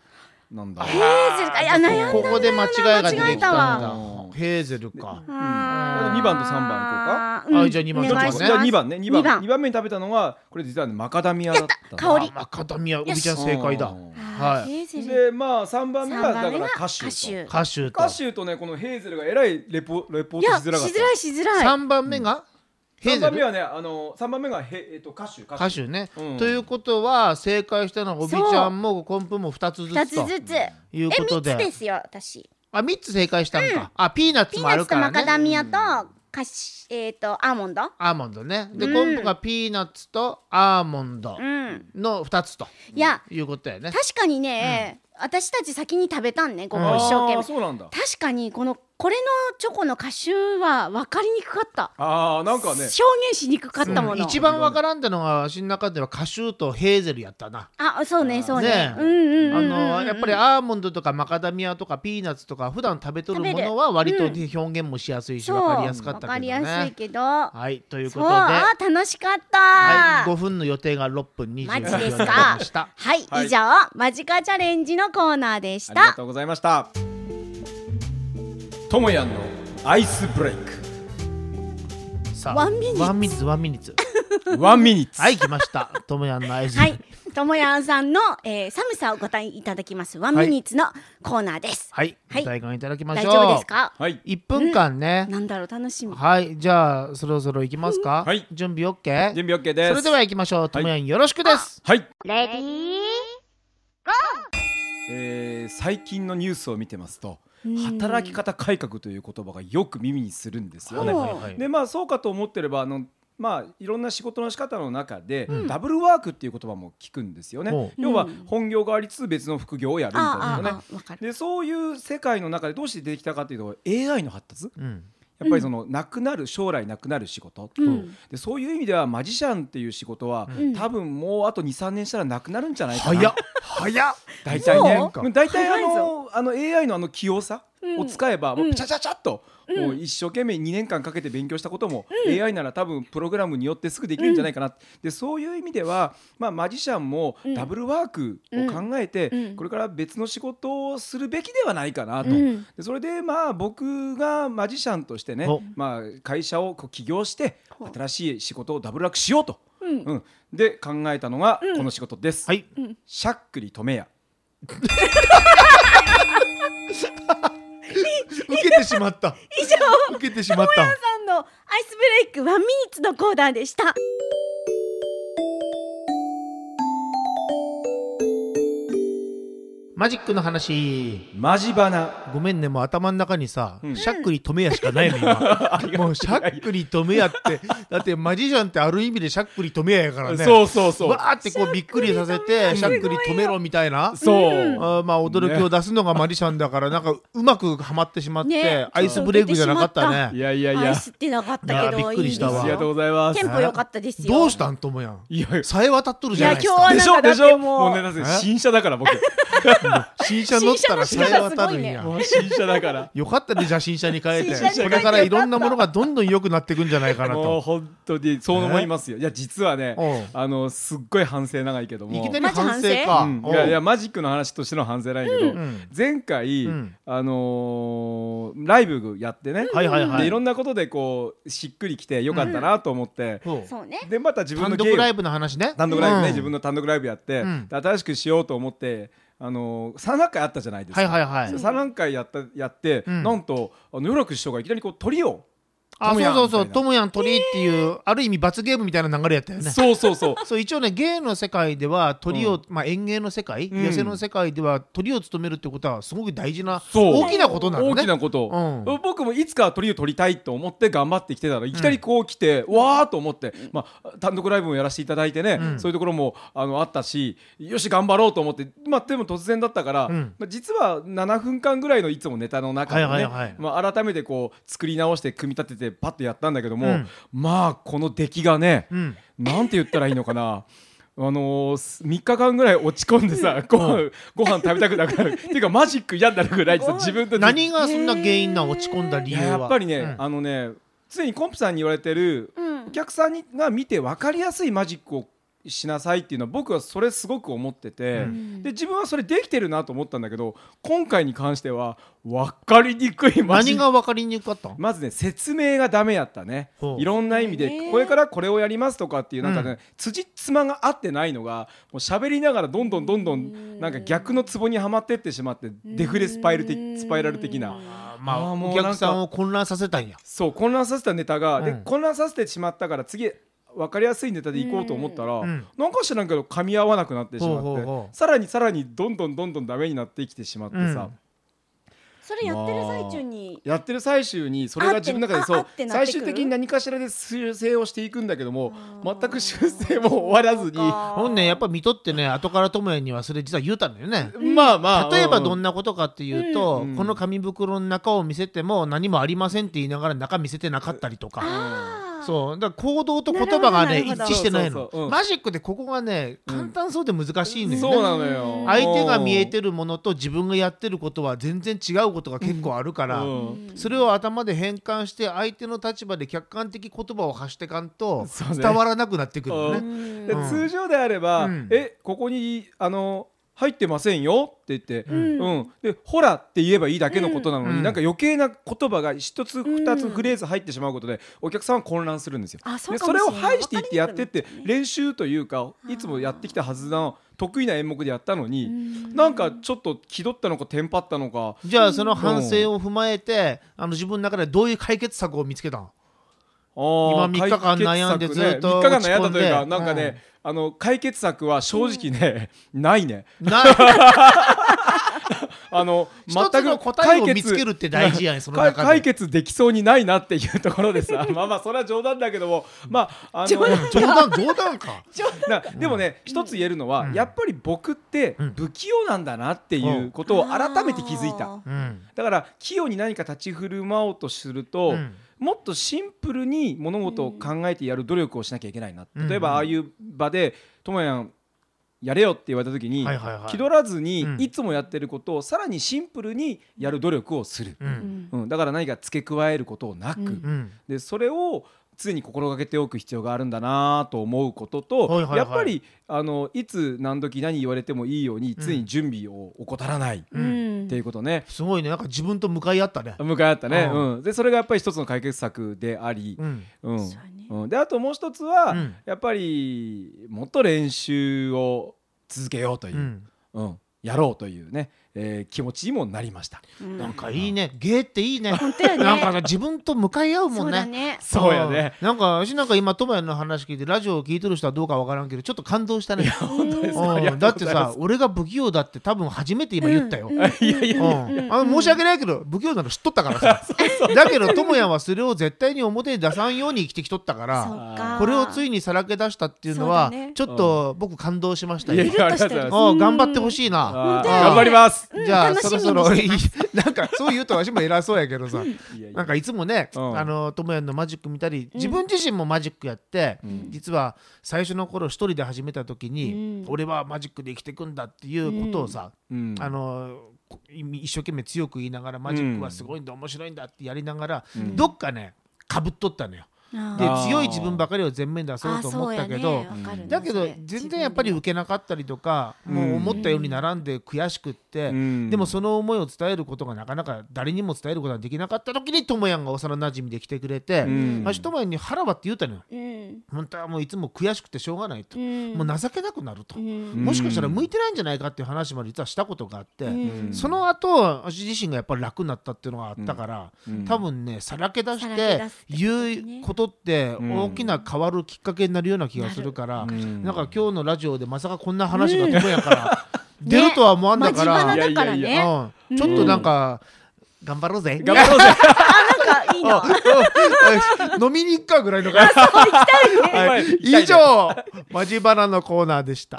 Speaker 3: なんだ
Speaker 4: ヘーゼルかいや悩んだな。
Speaker 2: ここで間違いが出て
Speaker 4: 間違
Speaker 2: き
Speaker 4: え
Speaker 2: た
Speaker 4: たわ
Speaker 2: んだ
Speaker 3: うん
Speaker 2: ヘーゼルか
Speaker 4: あー
Speaker 3: 二番と三
Speaker 2: こう
Speaker 3: 番
Speaker 2: か
Speaker 4: うん
Speaker 2: あじゃあ二番
Speaker 4: お
Speaker 3: じゃ
Speaker 4: 願
Speaker 2: と三番
Speaker 4: いします
Speaker 3: あ2番ね2番
Speaker 4: 二番
Speaker 3: 二番目に食べたのがこれ実はねマカダミアだった
Speaker 4: 香り
Speaker 2: マカダミアおびちゃん正解だ
Speaker 4: あー
Speaker 2: はい
Speaker 4: ヘーゼル
Speaker 3: でまあ3番目がだから歌手と
Speaker 2: 歌手と
Speaker 3: 歌手とねこのヘーゼルがえらいレポレポー
Speaker 4: い
Speaker 3: トし
Speaker 4: やし
Speaker 3: づらかっ
Speaker 4: づらいしづらい
Speaker 2: 3番目が
Speaker 3: た
Speaker 2: ヘ
Speaker 3: 3
Speaker 2: ーゼ
Speaker 3: 番目
Speaker 2: ル
Speaker 3: はねあの3番目がへ、えっと、歌手歌
Speaker 2: 歌手ね
Speaker 3: うん
Speaker 2: ということは正解したのはおびちゃんもコンプも2つず
Speaker 4: 二
Speaker 2: つ
Speaker 4: つ
Speaker 2: と
Speaker 4: ずつえ
Speaker 2: いう
Speaker 4: 三
Speaker 2: こと
Speaker 4: つで
Speaker 2: です
Speaker 4: よ私
Speaker 2: あ3つ正解したんかあピーナッツ
Speaker 4: ピー
Speaker 2: もあ
Speaker 4: ナッ
Speaker 2: る
Speaker 4: ツと
Speaker 2: か
Speaker 4: マカ
Speaker 2: ら
Speaker 4: ダ
Speaker 2: ね
Speaker 4: ミアとカシえっとアーモンド
Speaker 2: アーモンドねで
Speaker 4: うん
Speaker 2: コンプがピーナッツとアーモンド
Speaker 4: うん
Speaker 2: の2つと
Speaker 4: いや
Speaker 2: いうことやね
Speaker 4: 確かにね私たち先に食べたんねごぼ
Speaker 2: う
Speaker 4: う一生懸
Speaker 3: あー
Speaker 4: 命
Speaker 3: そうなんだ
Speaker 4: 確かにこのこれのチョコのカシューは分かりにくかった
Speaker 3: あーなんかね
Speaker 4: 表現しにくかったも
Speaker 2: うん
Speaker 4: の
Speaker 2: 一番わからんだのが私の中ではカシューとヘーゼルやったな
Speaker 4: あそうねそう
Speaker 2: ね
Speaker 4: ね
Speaker 2: え
Speaker 4: うんうん
Speaker 2: あ
Speaker 4: うんうん
Speaker 2: のやっぱりアーモンドとかマカダミアとかピーナッツとか普段食べとるものは割と表現もしやすいし
Speaker 4: そう
Speaker 2: 分かりやすかったけど
Speaker 4: わかりやすい
Speaker 2: ね。
Speaker 4: けどそ
Speaker 2: はいというこ
Speaker 4: う
Speaker 2: とで、
Speaker 4: あー楽しかった
Speaker 2: はい、5分の予定が6分20
Speaker 4: マ
Speaker 2: 秒
Speaker 4: ジ
Speaker 2: にな
Speaker 4: で
Speaker 2: り
Speaker 4: すか
Speaker 2: ました。
Speaker 4: はい、
Speaker 3: はい
Speaker 4: 以上マジカチャレンジのコーナーでし
Speaker 3: ありが
Speaker 4: た
Speaker 3: とうございましたともやんのアイスブレイク
Speaker 2: さあ
Speaker 4: ワンミニッツ
Speaker 2: ワンミニッツワンミニッツ
Speaker 3: ワンミニッツ
Speaker 2: はい来ました。ともやんの愛人。
Speaker 4: はいともやんさんの、えー、寒さをご答えいただきますワンミニッツのコーナーです、
Speaker 2: はい、
Speaker 4: はい
Speaker 2: ご対談いただきまし
Speaker 4: 大
Speaker 2: ょう。
Speaker 4: 丈夫ですか
Speaker 3: はい
Speaker 2: 1分間ね。
Speaker 4: なんだろう楽しみ
Speaker 2: はいじゃあそろそろ行きますか。
Speaker 3: はい
Speaker 2: 準備 OK。
Speaker 3: 準備 OK です
Speaker 2: それでは行きましょう。ともやんよろしくです。
Speaker 3: はい、
Speaker 1: レディー
Speaker 3: えー最近のニュースを見てますと働き方改革という言葉がよく耳にするんですよね。
Speaker 4: はい
Speaker 2: はい
Speaker 3: でまあそうかと思ってればあのまあ、いろんな仕事の仕方の中で、ダブルワークっていう言葉も聞くんですよね。
Speaker 2: おう
Speaker 3: 要は本業がありつつ別の副業をやるみたい
Speaker 4: あ
Speaker 3: な
Speaker 4: ーあ
Speaker 3: ね。
Speaker 4: ーあーわかる
Speaker 3: でそういう世界の中でどうして出てきたかというと AI の発達
Speaker 2: うん。
Speaker 3: やっぱりその、なくなる将来なくなる仕事、
Speaker 4: うん
Speaker 3: でそういう意味ではマジシャンっていう仕事は、
Speaker 4: ん
Speaker 3: 多分もうあと23年したらなくなるんじゃないかな
Speaker 2: 早っ早っ。
Speaker 3: 大体ね
Speaker 2: そう
Speaker 3: 大体あ
Speaker 4: 早い
Speaker 3: のあの AI のあの器用さ
Speaker 4: うん
Speaker 3: を使えば、もううんちゃちゃちゃっと、もう一生懸命2年間かけて勉強したことも、AI なら多分プログラムによってすぐできるんじゃないかな、でそういう意味では、まあ、マジシャンも
Speaker 4: うん
Speaker 3: ダブルワークを考えて、
Speaker 4: うん
Speaker 3: これから別の仕事をするべきではないかなと、
Speaker 4: うん
Speaker 3: でそれでまあ僕がマジシャンとしてね
Speaker 2: お、
Speaker 3: まあ、会社をこう起業して
Speaker 4: ほう
Speaker 3: 新しい仕事をダブルワークしようと、
Speaker 4: うん
Speaker 3: うんで考えたのがこの仕事です。
Speaker 2: はい。
Speaker 3: しゃっくり止めや
Speaker 2: 受けてしまった。
Speaker 4: 以上
Speaker 2: 受けてしまった。
Speaker 4: さんのアイスブレイクワンミニッツのコーナーでした
Speaker 2: マジックの話。
Speaker 3: マジバナ
Speaker 2: ごめんね、もう頭の中にさ、
Speaker 3: うん
Speaker 2: しゃっくり止めやしかないの今。もうしゃっくり止めやって、だってマジシャンってある意味でしゃっくり止めややからね。
Speaker 3: そうそうそう
Speaker 2: わーってこうびっくりさせて、しゃっくり止めろみたいな。
Speaker 3: そう、
Speaker 2: あーまあ驚きを出すのがマジシャンだから、なんかうまくはまってしまって、
Speaker 4: ね
Speaker 2: アイスブレイクじゃなかった
Speaker 4: ちょっ
Speaker 2: ね。
Speaker 3: いやいやい
Speaker 4: ア
Speaker 3: や
Speaker 4: イスってなかったけ
Speaker 2: いや
Speaker 4: ど
Speaker 2: びっくりしたわ
Speaker 3: あ
Speaker 4: い
Speaker 3: りが
Speaker 4: いで
Speaker 3: と
Speaker 4: す
Speaker 3: う
Speaker 4: よ
Speaker 3: ございます
Speaker 4: テンポ良かったですよ
Speaker 2: どうしたんともやん。
Speaker 3: いやいや
Speaker 2: さえ渡っとるじゃないです
Speaker 4: いや今
Speaker 2: か。
Speaker 4: 日
Speaker 3: でしょでし
Speaker 4: だって
Speaker 3: ょ
Speaker 4: もう
Speaker 3: もうねだって
Speaker 2: え
Speaker 3: 新車だから僕
Speaker 2: 新車乗ったらさえ渡るん
Speaker 4: 新車の仕方す
Speaker 2: や
Speaker 3: も。う新車だから
Speaker 2: よかったね、じゃあ新車に変えて。
Speaker 4: 新車に
Speaker 2: こ
Speaker 4: 変えて
Speaker 2: れからいろんなものがどんどん良くなっていくんじゃないかな
Speaker 3: もう
Speaker 2: と。
Speaker 3: 本当にそう思いますよいや実はね
Speaker 2: う
Speaker 3: あのすっごい反省長いけども
Speaker 2: いきなり
Speaker 4: マジ
Speaker 2: 反
Speaker 4: 反
Speaker 2: 省
Speaker 4: 省
Speaker 2: か。
Speaker 3: うん
Speaker 2: お
Speaker 3: いやいやマジックの話としての反省なんやけど、
Speaker 2: ん
Speaker 3: 前回、
Speaker 2: うん
Speaker 3: あのーライブやってね、
Speaker 2: はいはいはい
Speaker 3: でいろんなことでこうしっくりきてよかったなと思って、
Speaker 2: そう
Speaker 4: そうね
Speaker 3: でまた自分
Speaker 2: 単
Speaker 3: の
Speaker 2: 独
Speaker 3: 芸を
Speaker 2: ライブの話ね。
Speaker 3: 単独ライブね、
Speaker 2: うん
Speaker 3: 自分の単独ライブやって、
Speaker 2: うん
Speaker 3: で新しくしようと思って、あのー、3段階あったじゃないですか、
Speaker 2: はいはいはい
Speaker 3: 3段階やったやって、
Speaker 2: うん
Speaker 3: なんとあの夜楽師匠がいきなりこう鳥を、
Speaker 2: あ、そうそうそう、ト
Speaker 3: ト
Speaker 2: ムヤン鳥っていう、ある意味罰ゲームみたいな流れやったよね。
Speaker 3: そうそうそう
Speaker 2: そう一応ね芸の世界では鳥を、
Speaker 3: うん
Speaker 2: まあ、演芸の世界、
Speaker 3: うん
Speaker 2: 寄せの世界では鳥を務めるってことはすごく大事な
Speaker 3: そう
Speaker 2: 大きなことなのね
Speaker 3: 大きなこと、
Speaker 2: う
Speaker 3: 僕もいつかは鳥を取りたいと思って頑張ってきてたらいきなりこう来て、わーと思って、まあ、単独ライブもやらせていただいてね、
Speaker 2: うん
Speaker 3: そういうところもあのあったしよし頑張ろうと思って、まあ、でも突然だったから、
Speaker 2: うん
Speaker 3: まあ、実は7分間ぐらいのいつもネタの中でね、
Speaker 2: はいはいはい
Speaker 3: まあ、改めてこう作り直して組み立ててパッとやったんだけども、
Speaker 2: うん
Speaker 3: まあこの出来がね、
Speaker 2: うん
Speaker 3: なんて言ったらいいのかな。あのー、3日間ぐらい落ち込んでさ、ご飯ご飯食べたくなくなるっていうかマジック嫌になるぐらいさ自分で
Speaker 2: 何がそんな原因な落ち込んだ理
Speaker 3: い
Speaker 2: 由
Speaker 3: や
Speaker 2: は
Speaker 3: やっぱりね、
Speaker 2: うん
Speaker 3: あのね常にコンプさんに言われてる、
Speaker 4: うん
Speaker 3: お客さんにが見て分かりやすいマジックをしなさいっていうのは僕はそれすごく思ってて、
Speaker 4: ん
Speaker 3: で自分はそれできてるなと思ったんだけど今回に関しては分かりにくいマ
Speaker 2: 何
Speaker 3: ジック
Speaker 2: が分かりにくかったん
Speaker 3: まずね説明がダメやったね
Speaker 2: ほう
Speaker 3: いろんな意味で、
Speaker 4: ね
Speaker 3: これからこれをやりますとかっていうなんかね、
Speaker 2: うん
Speaker 3: 辻褄が合ってないのがもう喋りながらどんどんどんどんなんか逆の壺にはまってってしまってデフレスパイル的スパイラル的な。
Speaker 2: まあ
Speaker 3: あーもう
Speaker 2: お
Speaker 3: なん
Speaker 2: 客
Speaker 3: か
Speaker 2: さんを混乱させたんや
Speaker 3: そう混乱させたネタが、
Speaker 2: うん
Speaker 3: で混乱させてしまったから次分かりやすいネタでいこうと思ったら、
Speaker 2: ん
Speaker 3: なんか知らんけど噛み合わなくなってしまって
Speaker 2: ほうほうほう
Speaker 3: さらにさらにどんどんどんどんダメになってきてしまってさ、
Speaker 4: それやってる最中に
Speaker 3: やってる最終にそれが自分の中で
Speaker 4: あ
Speaker 3: そ
Speaker 4: あっ
Speaker 3: う
Speaker 4: てなってく
Speaker 3: 最
Speaker 4: る
Speaker 3: 終的に何かしらで修正をしていくんだけども全く修正も終わらずに
Speaker 4: あー
Speaker 2: ほんねやっぱ見とってね後から智也にはそれ実は言うたんだよね
Speaker 3: まあまあ
Speaker 2: 例えばど
Speaker 3: なん
Speaker 2: なことかっていうと、
Speaker 3: うん
Speaker 2: この紙袋の中を見せても何もありませんって言いながら中見せてなかったりとか。
Speaker 4: あー
Speaker 2: そうだから行動と言葉がね
Speaker 4: な
Speaker 2: 一
Speaker 4: るほどなるほど
Speaker 2: 致してないの
Speaker 3: そうそうそううん
Speaker 2: マジックでここがね簡単そうで難しいのよね、
Speaker 3: そうなのよ
Speaker 2: 相手が見えてるものと自分がやってることは全然違うことが結構あるから、
Speaker 3: うん
Speaker 2: それを頭で変換して相手の立場で客観的言葉を発してかんと
Speaker 3: そうね
Speaker 2: 伝わらなくなってくるよ
Speaker 3: う
Speaker 2: ね。
Speaker 3: んで通常であれば「
Speaker 2: うん
Speaker 3: えここにあの入ってませんよ」って言って「うんんでほら」って言えばいいだけのことなのに、
Speaker 2: うん
Speaker 3: なんか余計な言葉が一つ
Speaker 4: ん
Speaker 3: 二つフレーズ入ってしまうことでお客さんは混乱するんですよ。
Speaker 4: あそう
Speaker 3: で
Speaker 4: か
Speaker 3: そ
Speaker 4: もし
Speaker 3: れ
Speaker 4: れ
Speaker 3: を
Speaker 4: ない
Speaker 3: 排していってやってって
Speaker 4: わかりにくくなっちゃうね
Speaker 3: 練習というかいつもやってきたはずの得意な演目でやったのに、なんかちょっと気取ったのかテンパったのか
Speaker 2: じゃあその反省を踏まえてあの自分の中でどういう解決策を見つけた の
Speaker 3: 今
Speaker 2: 今3日間悩んでずっと
Speaker 3: 3日間悩んだと
Speaker 2: 落
Speaker 3: いう
Speaker 2: ち込んで
Speaker 3: かなんかね、あの解決策は正直ね、ないね。
Speaker 2: な
Speaker 3: あの
Speaker 2: 一つの答えを見つけるって大事やねその
Speaker 3: 解
Speaker 2: 中
Speaker 3: 解
Speaker 2: で。
Speaker 3: 決できそうにないなっていうところでさ まあまあそれは冗談だけどもまああの
Speaker 2: 冗談冗談か。
Speaker 3: なでもね一つ言えるのは、
Speaker 2: うん
Speaker 3: やっぱり僕って
Speaker 2: うん
Speaker 3: 不器用なんだなっていうことを改めて気づいた、
Speaker 4: あー
Speaker 2: うん。
Speaker 3: だから器用に何か立ち振る舞おうとすると、
Speaker 2: うん
Speaker 3: もっとシンプルに物事を考えてやる努力をしなきゃいけないな、
Speaker 2: うん
Speaker 3: 例えばああいう場で「ともやんやれよ」って言われた時に、
Speaker 2: はいはいはい
Speaker 3: 気取らずに、
Speaker 2: うん
Speaker 3: いつもやってることをさらにシンプルにやる努力をする、
Speaker 2: う
Speaker 4: うんん
Speaker 3: うんだから何か付け加えることなく、
Speaker 4: うん
Speaker 2: うん。
Speaker 3: でそれを常に心がけておく必要があるんだなと思うことと、
Speaker 2: はいはいはい
Speaker 3: やっぱりあのいつ何時何言われてもいいように常に準備を怠らないっ
Speaker 4: うん
Speaker 3: ていうことね、
Speaker 2: すごいねなんか自分と向かい合ったね。
Speaker 3: 向かい合ったね、
Speaker 2: う
Speaker 3: うんでそれがやっぱり一つの解決策であり、
Speaker 2: うん。
Speaker 3: うん
Speaker 4: そうやね
Speaker 3: うんであともう一つは、
Speaker 2: うん
Speaker 3: やっぱりもっと練習を続けようという、
Speaker 2: う
Speaker 3: うん
Speaker 2: ん。
Speaker 3: やろうというね、えー気持ちにもなり ました。
Speaker 4: うん
Speaker 2: なんかいいね。芸っていいね。
Speaker 4: 本当やね
Speaker 2: なんか自分と向かい合うも
Speaker 4: そ
Speaker 2: ん
Speaker 4: うだ
Speaker 2: ね。
Speaker 4: ね
Speaker 3: そうやね
Speaker 2: うん。なんか私なんか今トマヤの話聞いてラジオを聞いてる人はどうかわからんけどちょっと感動したね。
Speaker 3: 本当ですかあり
Speaker 2: う
Speaker 3: がと
Speaker 2: ん
Speaker 3: う
Speaker 2: だって
Speaker 3: ございま
Speaker 2: さ
Speaker 3: す
Speaker 2: 俺が不器用だって多分初めて今言ったよ。うん
Speaker 3: いやいやいや
Speaker 2: あの申し訳ないけど不器用なの知っとったから さだけど智也はそれを絶対に表に出さんように生きてきとったか
Speaker 4: そ
Speaker 2: ら
Speaker 4: っか
Speaker 2: これをついにさらけ出したっていうのは
Speaker 4: そうだね
Speaker 2: ちょっと僕感動しました
Speaker 3: いや
Speaker 2: よ
Speaker 3: い
Speaker 4: ゆ
Speaker 3: や。
Speaker 4: るっとして
Speaker 3: ありがとうございま
Speaker 4: る
Speaker 3: す
Speaker 2: うん頑張ってほしいな。
Speaker 3: あー
Speaker 2: だよね
Speaker 3: 頑張ります。
Speaker 4: うん
Speaker 2: じゃあ
Speaker 4: 楽し
Speaker 2: そ
Speaker 4: み
Speaker 2: ろ
Speaker 4: に
Speaker 2: そろ
Speaker 4: して
Speaker 2: いい
Speaker 4: ます
Speaker 2: なんかそう言うと私も偉そうやけどさ
Speaker 3: いやいや
Speaker 2: なんかいつもね
Speaker 3: うん
Speaker 2: あの智也のマジック見たり自分自身もマジックやって実は最初の頃一人で始めた時に
Speaker 4: うん
Speaker 2: 俺はマジックで生きていくんだっていうことをさ
Speaker 3: うん
Speaker 2: あのこ一生懸命強く言いながらマジックはすごいんだ面白いんだってやりながらどっかねかぶっとったのよ。
Speaker 4: あ
Speaker 2: で
Speaker 4: ー
Speaker 3: あー
Speaker 2: 強い自分ばかりを前面で出そう
Speaker 4: あ
Speaker 2: と
Speaker 4: そ
Speaker 2: 思
Speaker 4: う
Speaker 2: っ
Speaker 4: や
Speaker 2: た
Speaker 4: ね
Speaker 2: けど
Speaker 4: わかるね
Speaker 2: だけ
Speaker 4: そ
Speaker 2: ど
Speaker 4: れ
Speaker 2: 全然やっぱり受けなかったりとか
Speaker 3: うん
Speaker 2: もう思ったようにならんで悔しくって
Speaker 3: うん
Speaker 2: でもその思いを伝えることがなかなか誰にも伝えることができなかった時にともやんが幼なじみで来てくれて
Speaker 3: うん
Speaker 2: 私ともやんに腹割って言うたのよ
Speaker 4: うん
Speaker 2: 本当はもういつも悔しくてしょうがないと
Speaker 4: うん
Speaker 2: もう情けなくなると
Speaker 4: うん
Speaker 2: もしかしたら向いてないんじゃないかっていう話まで実はしたことがあって
Speaker 4: うん
Speaker 2: その後私自身がやっぱり楽になったっていうのがあったから、
Speaker 3: うん
Speaker 2: 多分ねさらけ出
Speaker 4: さ
Speaker 2: し
Speaker 4: ら
Speaker 2: て
Speaker 4: け出すってことね
Speaker 2: 言うことって
Speaker 3: うん
Speaker 2: 大きな変わるきっかけになるような気がするから、
Speaker 3: うん
Speaker 2: なんか今日のラジオでまさかこんな話がともやから、出るとは思わんだから、
Speaker 4: 真面目だから
Speaker 3: いや
Speaker 4: ね
Speaker 3: いや
Speaker 2: うん、ちょっとなんか、頑張ろうぜ
Speaker 3: 頑 張ろうぜ。
Speaker 4: なんかいいな
Speaker 2: 飲みに行くかぐらいの感じ、はい、以上マジバナのコーナーでした。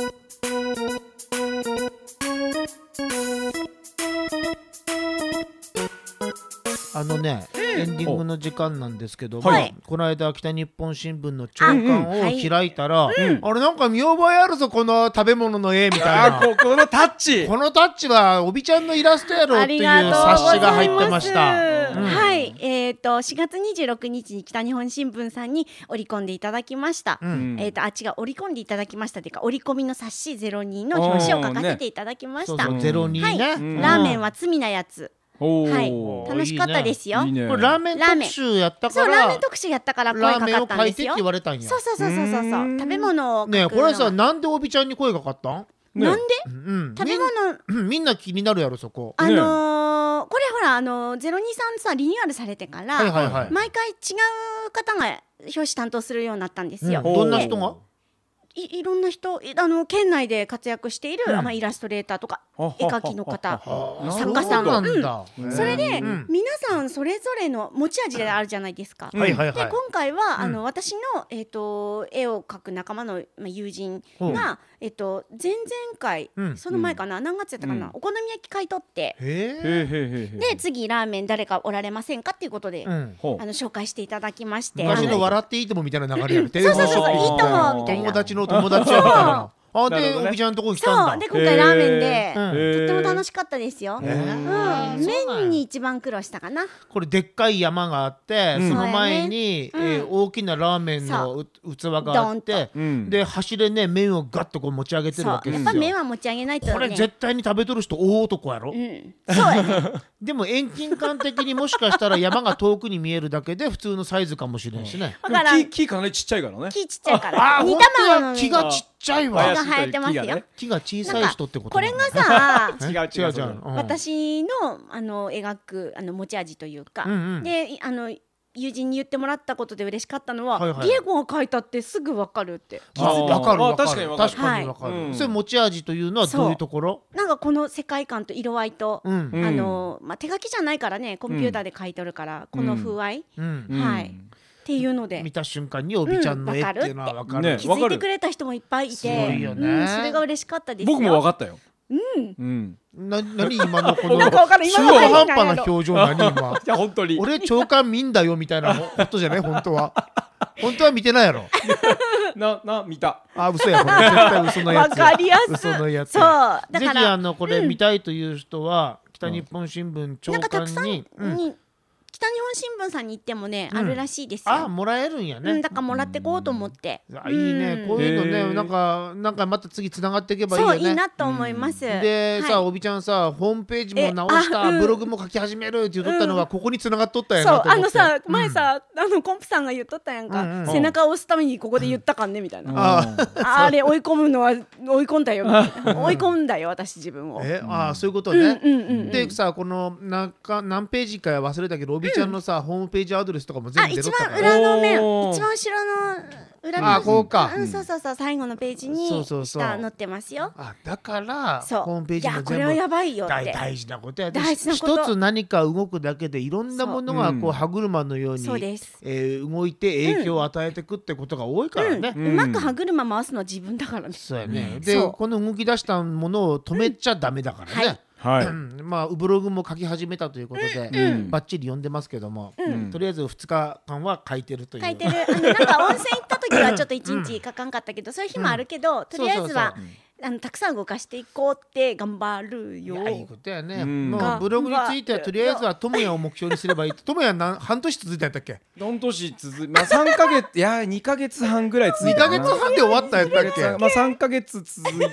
Speaker 2: あのね、エンディングの時間なんですけども、
Speaker 3: はい
Speaker 2: この間北日本新聞の朝刊
Speaker 4: あはい
Speaker 2: を開いたら、あれなんか見覚えあるぞこの食べ物の絵みたい
Speaker 3: あ
Speaker 2: な
Speaker 3: ーここのタッチ
Speaker 2: このタッチはおびちゃんのイラストやろ
Speaker 4: あ
Speaker 2: ってい
Speaker 4: り
Speaker 2: う
Speaker 4: がとうご
Speaker 2: 冊
Speaker 4: ざ
Speaker 2: 子
Speaker 4: い
Speaker 2: が
Speaker 4: ます
Speaker 2: 入ってました。
Speaker 4: うんはい、えっ、と4月26日に北日本新聞さんに織り込んでいただきました。
Speaker 3: ん
Speaker 4: えっ、とあ違う織り込んでいただきましたというか織り込みの冊子ゼロ二の表紙を書かせていただきま
Speaker 2: そ
Speaker 4: し
Speaker 2: う
Speaker 4: た。
Speaker 2: そうゼロ二
Speaker 4: は
Speaker 2: ね
Speaker 4: い、、
Speaker 2: うん
Speaker 4: ラーメンは罪なやつ。
Speaker 3: おー
Speaker 4: はい、楽しかったですよ。
Speaker 3: いいね
Speaker 2: これラーメン特集やった
Speaker 4: そ
Speaker 2: か
Speaker 4: うラーメ
Speaker 2: ら
Speaker 4: ン特集やったから声
Speaker 2: ラー
Speaker 4: か
Speaker 2: メン
Speaker 4: か
Speaker 2: を
Speaker 4: ったん
Speaker 2: 書
Speaker 4: で
Speaker 2: い
Speaker 4: す
Speaker 2: てって
Speaker 4: よ。
Speaker 2: 言われたんや
Speaker 4: そうそうそうそうそう
Speaker 3: う
Speaker 4: そ
Speaker 3: ー
Speaker 4: うん食べ物を書くの
Speaker 2: ねえ
Speaker 4: は
Speaker 2: これさなんでおびちゃんに声かかったん
Speaker 3: ね
Speaker 4: なんで
Speaker 2: うん
Speaker 4: 食べ物
Speaker 2: うんみんな気になるやろそこ
Speaker 4: あのーこれほらあのゼロ二さんさリニューアルされてから、
Speaker 2: はいはいはい
Speaker 4: 毎回違う方が表紙担当するようになったんですよ。
Speaker 2: うんどんな人が
Speaker 3: ほ
Speaker 4: いいろんな人いあの県内で活躍している、まあイラストレーターとか
Speaker 3: はは
Speaker 4: 絵描きの方。
Speaker 2: あ
Speaker 4: 作家さん
Speaker 2: そうなんだ
Speaker 4: それで、
Speaker 2: ん
Speaker 4: 皆さんそれぞれの持ち味であるじゃないですか。
Speaker 2: はいはいは
Speaker 4: で
Speaker 2: い
Speaker 4: 今回は、あの私の、えー、と絵を描く仲間の、まあ、友人が、
Speaker 2: うん
Speaker 4: えー、と前々回、
Speaker 2: うん
Speaker 4: その前かな、何月やったかな、
Speaker 3: うん
Speaker 4: お好み焼き買い取って
Speaker 2: へえ
Speaker 3: へーへーへーへー
Speaker 4: で次ラーメン誰かおられませんかっていうことで、
Speaker 2: うん
Speaker 3: ほう
Speaker 4: あの紹介していただきまして。
Speaker 2: 昔
Speaker 4: あ
Speaker 2: の「笑っていいとも」みたいな流れやろテレ
Speaker 4: そ
Speaker 2: ビ
Speaker 4: うそうそうそう、いい
Speaker 3: あー
Speaker 4: ともみたい
Speaker 2: 友
Speaker 4: な。
Speaker 2: 達の友達やからあ
Speaker 3: なる
Speaker 2: で
Speaker 3: ほどね
Speaker 2: おびちゃんのとこに来
Speaker 4: そ
Speaker 2: た
Speaker 4: うんで
Speaker 2: だ
Speaker 4: 今回ラーメンで、
Speaker 2: うん
Speaker 4: とっても楽しかったですよ。うん、
Speaker 2: へーそうなんや
Speaker 4: 麺に一番苦労したかな。
Speaker 2: これでっかい山があって
Speaker 3: うん
Speaker 2: その前にえー大きなラーメンのう器があっ
Speaker 4: ドーン
Speaker 2: て
Speaker 3: うん
Speaker 2: で端でね麺をガッとこう持ち上げて
Speaker 4: そう、
Speaker 2: る
Speaker 4: や
Speaker 2: わ
Speaker 4: っ
Speaker 2: けです
Speaker 4: ぱ
Speaker 2: よ
Speaker 4: 麺は持ち上げないとね。
Speaker 2: これ絶対に食べとる人大男やろ
Speaker 4: うん、そうやね。
Speaker 2: でも遠近感的にもしかしたら山が遠くに見えるだけで普通のサイズかもしれんしね。
Speaker 4: だから
Speaker 3: 木木かなりちっちゃいからね
Speaker 4: 木ちっちゃいから。
Speaker 2: あー、
Speaker 4: 煮
Speaker 2: 本当だ。
Speaker 4: 卵の
Speaker 2: 木
Speaker 4: 木
Speaker 2: がちっちゃいわ。
Speaker 4: が生えてますよ。
Speaker 3: 木がね
Speaker 2: 木が小さ
Speaker 4: ないんか
Speaker 2: 人ってこと
Speaker 4: これ
Speaker 2: なの
Speaker 4: がさ。
Speaker 2: え
Speaker 3: 違う
Speaker 2: 違う
Speaker 3: 違う
Speaker 2: 違う。うん
Speaker 4: 私のあの描くあの持ち味というか、
Speaker 2: うんうん
Speaker 4: でいあの友人に言ってもらったことで嬉しかったのは、
Speaker 2: はいはい
Speaker 4: ディエゴが描いたってすぐわかるって
Speaker 2: あーわかるわかる。
Speaker 3: あー確かにわかる
Speaker 2: 確かにわか
Speaker 3: はいう
Speaker 2: る。
Speaker 3: ん
Speaker 2: それ持ち味というのはどういうところ？
Speaker 4: なんかこの世界観と色合いと、
Speaker 2: うん
Speaker 3: ん
Speaker 4: あのまあ、手書きじゃないからねコンピューターで書いとるから、この風合い、
Speaker 2: うん。
Speaker 4: はい、
Speaker 3: う
Speaker 4: っ
Speaker 3: ん
Speaker 4: ていうので
Speaker 2: 見た瞬間におびちゃんの絵っていうのはわか
Speaker 3: うんわかるっ
Speaker 2: る
Speaker 3: て。
Speaker 4: 気
Speaker 3: ね
Speaker 4: づいてくれた人もいっぱいいて
Speaker 2: すごいよね
Speaker 4: うんそれが嬉しかったですよ
Speaker 3: 僕も分かったようんうん
Speaker 2: な、なに今のこの
Speaker 4: なんかわかる今
Speaker 2: 中
Speaker 4: の
Speaker 2: 途
Speaker 4: わかる
Speaker 2: 半端な表情何今。
Speaker 3: いや本当に
Speaker 2: 俺長官見んだよみたい なことじゃない本当は。本当は見てないやろ。
Speaker 3: なな見た
Speaker 2: あ、嘘や、こ れ絶対嘘のや
Speaker 4: わ
Speaker 2: つ。
Speaker 4: かりやすい
Speaker 2: 嘘のやつ。
Speaker 4: そうだ
Speaker 2: ぜひ、
Speaker 4: から
Speaker 2: あの、これ見たいという人は、北日本新聞長
Speaker 4: なんかたくさ
Speaker 2: 官
Speaker 4: んに
Speaker 2: に。うん
Speaker 4: 北日本新聞さんに行ってもね、
Speaker 2: ん
Speaker 4: あるらしいですよ。
Speaker 2: あ、もらえるんや
Speaker 4: う
Speaker 2: ね
Speaker 4: ん、だ。からもらってこうと思って。
Speaker 2: あいいね、こういうの
Speaker 3: へ
Speaker 2: ね、
Speaker 3: ー
Speaker 2: なんか、なんかまた次つながっていけばいい
Speaker 4: そ
Speaker 2: よ
Speaker 4: う、いい
Speaker 2: ね
Speaker 4: な。と思います。
Speaker 2: で、さ、
Speaker 4: はい
Speaker 2: おびちゃんさ、ホームページも直し
Speaker 4: えあ
Speaker 2: た、
Speaker 4: うん
Speaker 2: ブログも書き始めるって言っとったのは、ここに繋がっとったんや
Speaker 4: そ
Speaker 2: な
Speaker 4: う
Speaker 2: と思っ
Speaker 4: あ
Speaker 2: て。
Speaker 4: のさ、
Speaker 2: うん
Speaker 4: 前。さあのコンプさんが言っとったやんか、
Speaker 2: うんうん
Speaker 4: 背中を押すためにここで言ったかんねみたいな、
Speaker 2: あー
Speaker 4: あれ追い込むのは追い込んだよみたいな追い込んだよ私自分を。
Speaker 2: えあーそういうこと
Speaker 4: うんう
Speaker 2: ね。
Speaker 4: んうんうん
Speaker 2: でさこのなんか何ページか忘れたけどおびちゃんのさ、ホームページアドレスとかも全
Speaker 4: あ
Speaker 2: 部出
Speaker 4: 一
Speaker 2: とった
Speaker 4: 番
Speaker 2: から
Speaker 4: 裏の面
Speaker 3: おー
Speaker 4: 一番後ろの裏の
Speaker 2: あこうか
Speaker 4: うん、そうそうそう最後のページに
Speaker 2: そうそうそう
Speaker 4: 下載ってますよ。
Speaker 2: あだから
Speaker 4: そう
Speaker 2: ホームページ
Speaker 4: い
Speaker 2: も
Speaker 4: やこれは
Speaker 2: 全
Speaker 4: や
Speaker 2: 部
Speaker 4: ばいよっ
Speaker 2: 大
Speaker 4: て。
Speaker 2: 大事なことやで
Speaker 4: 大事なこと
Speaker 2: 一つ何か動くだけでいろんなものが
Speaker 3: そう
Speaker 2: こう歯車のように、
Speaker 4: そうです
Speaker 2: えー動いて影響を与えてくってことが多いからね。
Speaker 4: うん、うまく歯車回すのは自分だからね。
Speaker 2: そうやね、で
Speaker 4: そう
Speaker 2: この動き出したものを止めちゃダメだからね。
Speaker 4: はい
Speaker 3: はい
Speaker 2: うんまあブログも書き始めたということで、バッチリ読んでますけども、とりあえず2日間は書いてるという
Speaker 4: 書いてる。あのなんか温泉行った時はちょっと一日書かんかったけど、そういう日もあるけど、とりあえずは
Speaker 2: そう
Speaker 4: あのたくさん動かしていこうって頑張るよ
Speaker 2: い。やいいことやね、
Speaker 3: うん
Speaker 2: もうブログについてはとりあえずは智也を目標にすれ ばいいと智也なん半年続いたんやったっけ
Speaker 3: 四年続いまあ三ヶ月いや二ヶ月半ぐらい続い
Speaker 2: 2
Speaker 3: た
Speaker 2: ヶ
Speaker 3: かな
Speaker 2: 月半で終わったんやったっけ
Speaker 3: まあ三ヶ月続い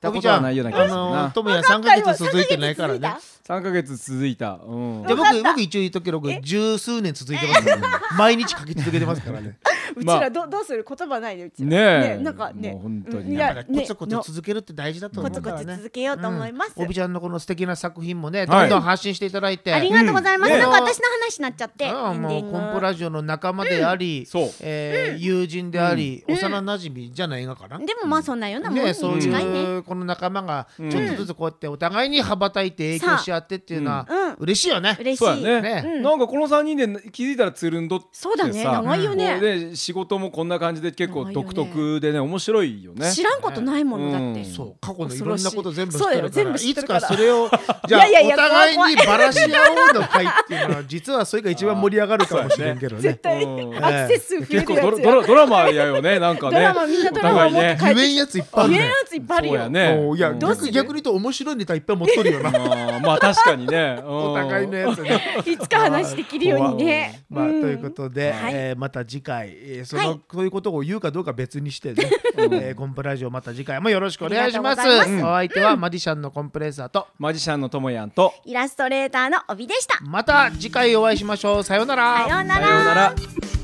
Speaker 3: た
Speaker 2: お
Speaker 3: こ
Speaker 2: じ
Speaker 3: と
Speaker 2: ゃん
Speaker 3: はないような気がする
Speaker 2: あの
Speaker 3: な
Speaker 2: 智也3ヶ月続いてないから
Speaker 4: 三
Speaker 2: ね
Speaker 4: ヶ月
Speaker 3: 三ヶ月続いたうん
Speaker 2: で
Speaker 4: よかった
Speaker 2: 僕僕一応言っとくけど僕十数年続いてます から、ね、毎日書き続けてますからね
Speaker 4: 続いた
Speaker 3: まあ
Speaker 4: うちらどどうする言葉ないでうちら。
Speaker 3: ねえ
Speaker 4: なんかね。
Speaker 3: もう本当に
Speaker 4: うんい
Speaker 2: だか
Speaker 4: や
Speaker 2: らコ
Speaker 4: ね
Speaker 2: ツコツ続けるって大事だと思うから
Speaker 4: コツコ
Speaker 2: ね
Speaker 4: ツ続けようと思います
Speaker 2: うんおびちゃんのこの素敵な作品もねど
Speaker 3: はい
Speaker 2: んどん発信していただいて、
Speaker 4: ありがとうございます。
Speaker 2: うん
Speaker 4: なんか私の話になっちゃって。
Speaker 2: ああ
Speaker 4: エン
Speaker 2: も
Speaker 4: ディ
Speaker 2: う
Speaker 4: ン
Speaker 2: コ
Speaker 4: グ
Speaker 2: ンポラジオの仲間であり、
Speaker 3: そう
Speaker 2: えー友人であり、幼なじみじゃないがかな、
Speaker 4: でもまあそんなようなもん
Speaker 2: ね、
Speaker 4: に
Speaker 2: そう
Speaker 4: 近いね。
Speaker 2: いうこの仲間がちょっとずつこうやってお互いに羽ばたいて影響し合ってっていうのは
Speaker 4: さあうん
Speaker 2: 嬉しいよね。
Speaker 4: 嬉し
Speaker 3: そう
Speaker 4: い。
Speaker 3: や
Speaker 2: ね
Speaker 3: ねなんかこの三人で気づいたらつるんどってさ
Speaker 4: そうだね長いよね
Speaker 3: こうで仕事もこんな感じで結
Speaker 4: あ
Speaker 3: 構
Speaker 4: いいよね
Speaker 3: 独特でね面白いよね
Speaker 4: 知らんことないもんだ
Speaker 3: う
Speaker 4: っ
Speaker 3: ん
Speaker 4: て。
Speaker 2: そう過去のいろんなこと全部知
Speaker 4: 恐
Speaker 2: って
Speaker 4: ろ
Speaker 2: る
Speaker 4: し
Speaker 2: からい
Speaker 4: いそうよ全部知っ
Speaker 2: つ
Speaker 4: てるから
Speaker 2: かそれをじゃあ
Speaker 4: いやいやいや
Speaker 2: お互い
Speaker 4: 怖い
Speaker 2: にばらし合おうの会っていうのは実はそれが一番盛り上がるかもしれんけどね
Speaker 4: 絶 対
Speaker 3: うん
Speaker 4: アクセス増え
Speaker 3: 結
Speaker 4: る
Speaker 3: 構
Speaker 4: や
Speaker 3: ドラ
Speaker 4: つや。
Speaker 3: ドラドラマやよ ねなんか
Speaker 4: ド
Speaker 3: ね
Speaker 4: ラマみんなドラマ
Speaker 3: お互い
Speaker 4: 持って
Speaker 3: ね
Speaker 4: 帰っ
Speaker 2: 言
Speaker 4: て
Speaker 2: え
Speaker 4: き
Speaker 2: んやついっぱいあ
Speaker 4: た。
Speaker 2: る
Speaker 4: 言
Speaker 2: ね
Speaker 4: えるやついっぱいある
Speaker 3: そうや
Speaker 4: よ。
Speaker 3: ね
Speaker 2: おういや
Speaker 3: うん
Speaker 2: 逆逆に言うと面白いネタいっぱい持っとる よな
Speaker 3: あーまあ確かにね
Speaker 2: お
Speaker 3: お
Speaker 2: 互いのやつね
Speaker 4: いつか話できるようにね。
Speaker 2: まあ、ということで、
Speaker 4: はい
Speaker 2: えーまた次回、えーその、
Speaker 4: はい
Speaker 2: そういうことを言うかどうか別にしてね、えーコンプラジオまた次回もよろしくお願いします
Speaker 4: ありがとうございます
Speaker 2: お相手は、マディシャンのコンプレッサーと
Speaker 3: マジシャンのともやんと
Speaker 4: イラストレーターの帯でした。
Speaker 2: また次回お会いしましょうさようなら
Speaker 4: さような
Speaker 3: さよう
Speaker 4: ら
Speaker 3: な。ら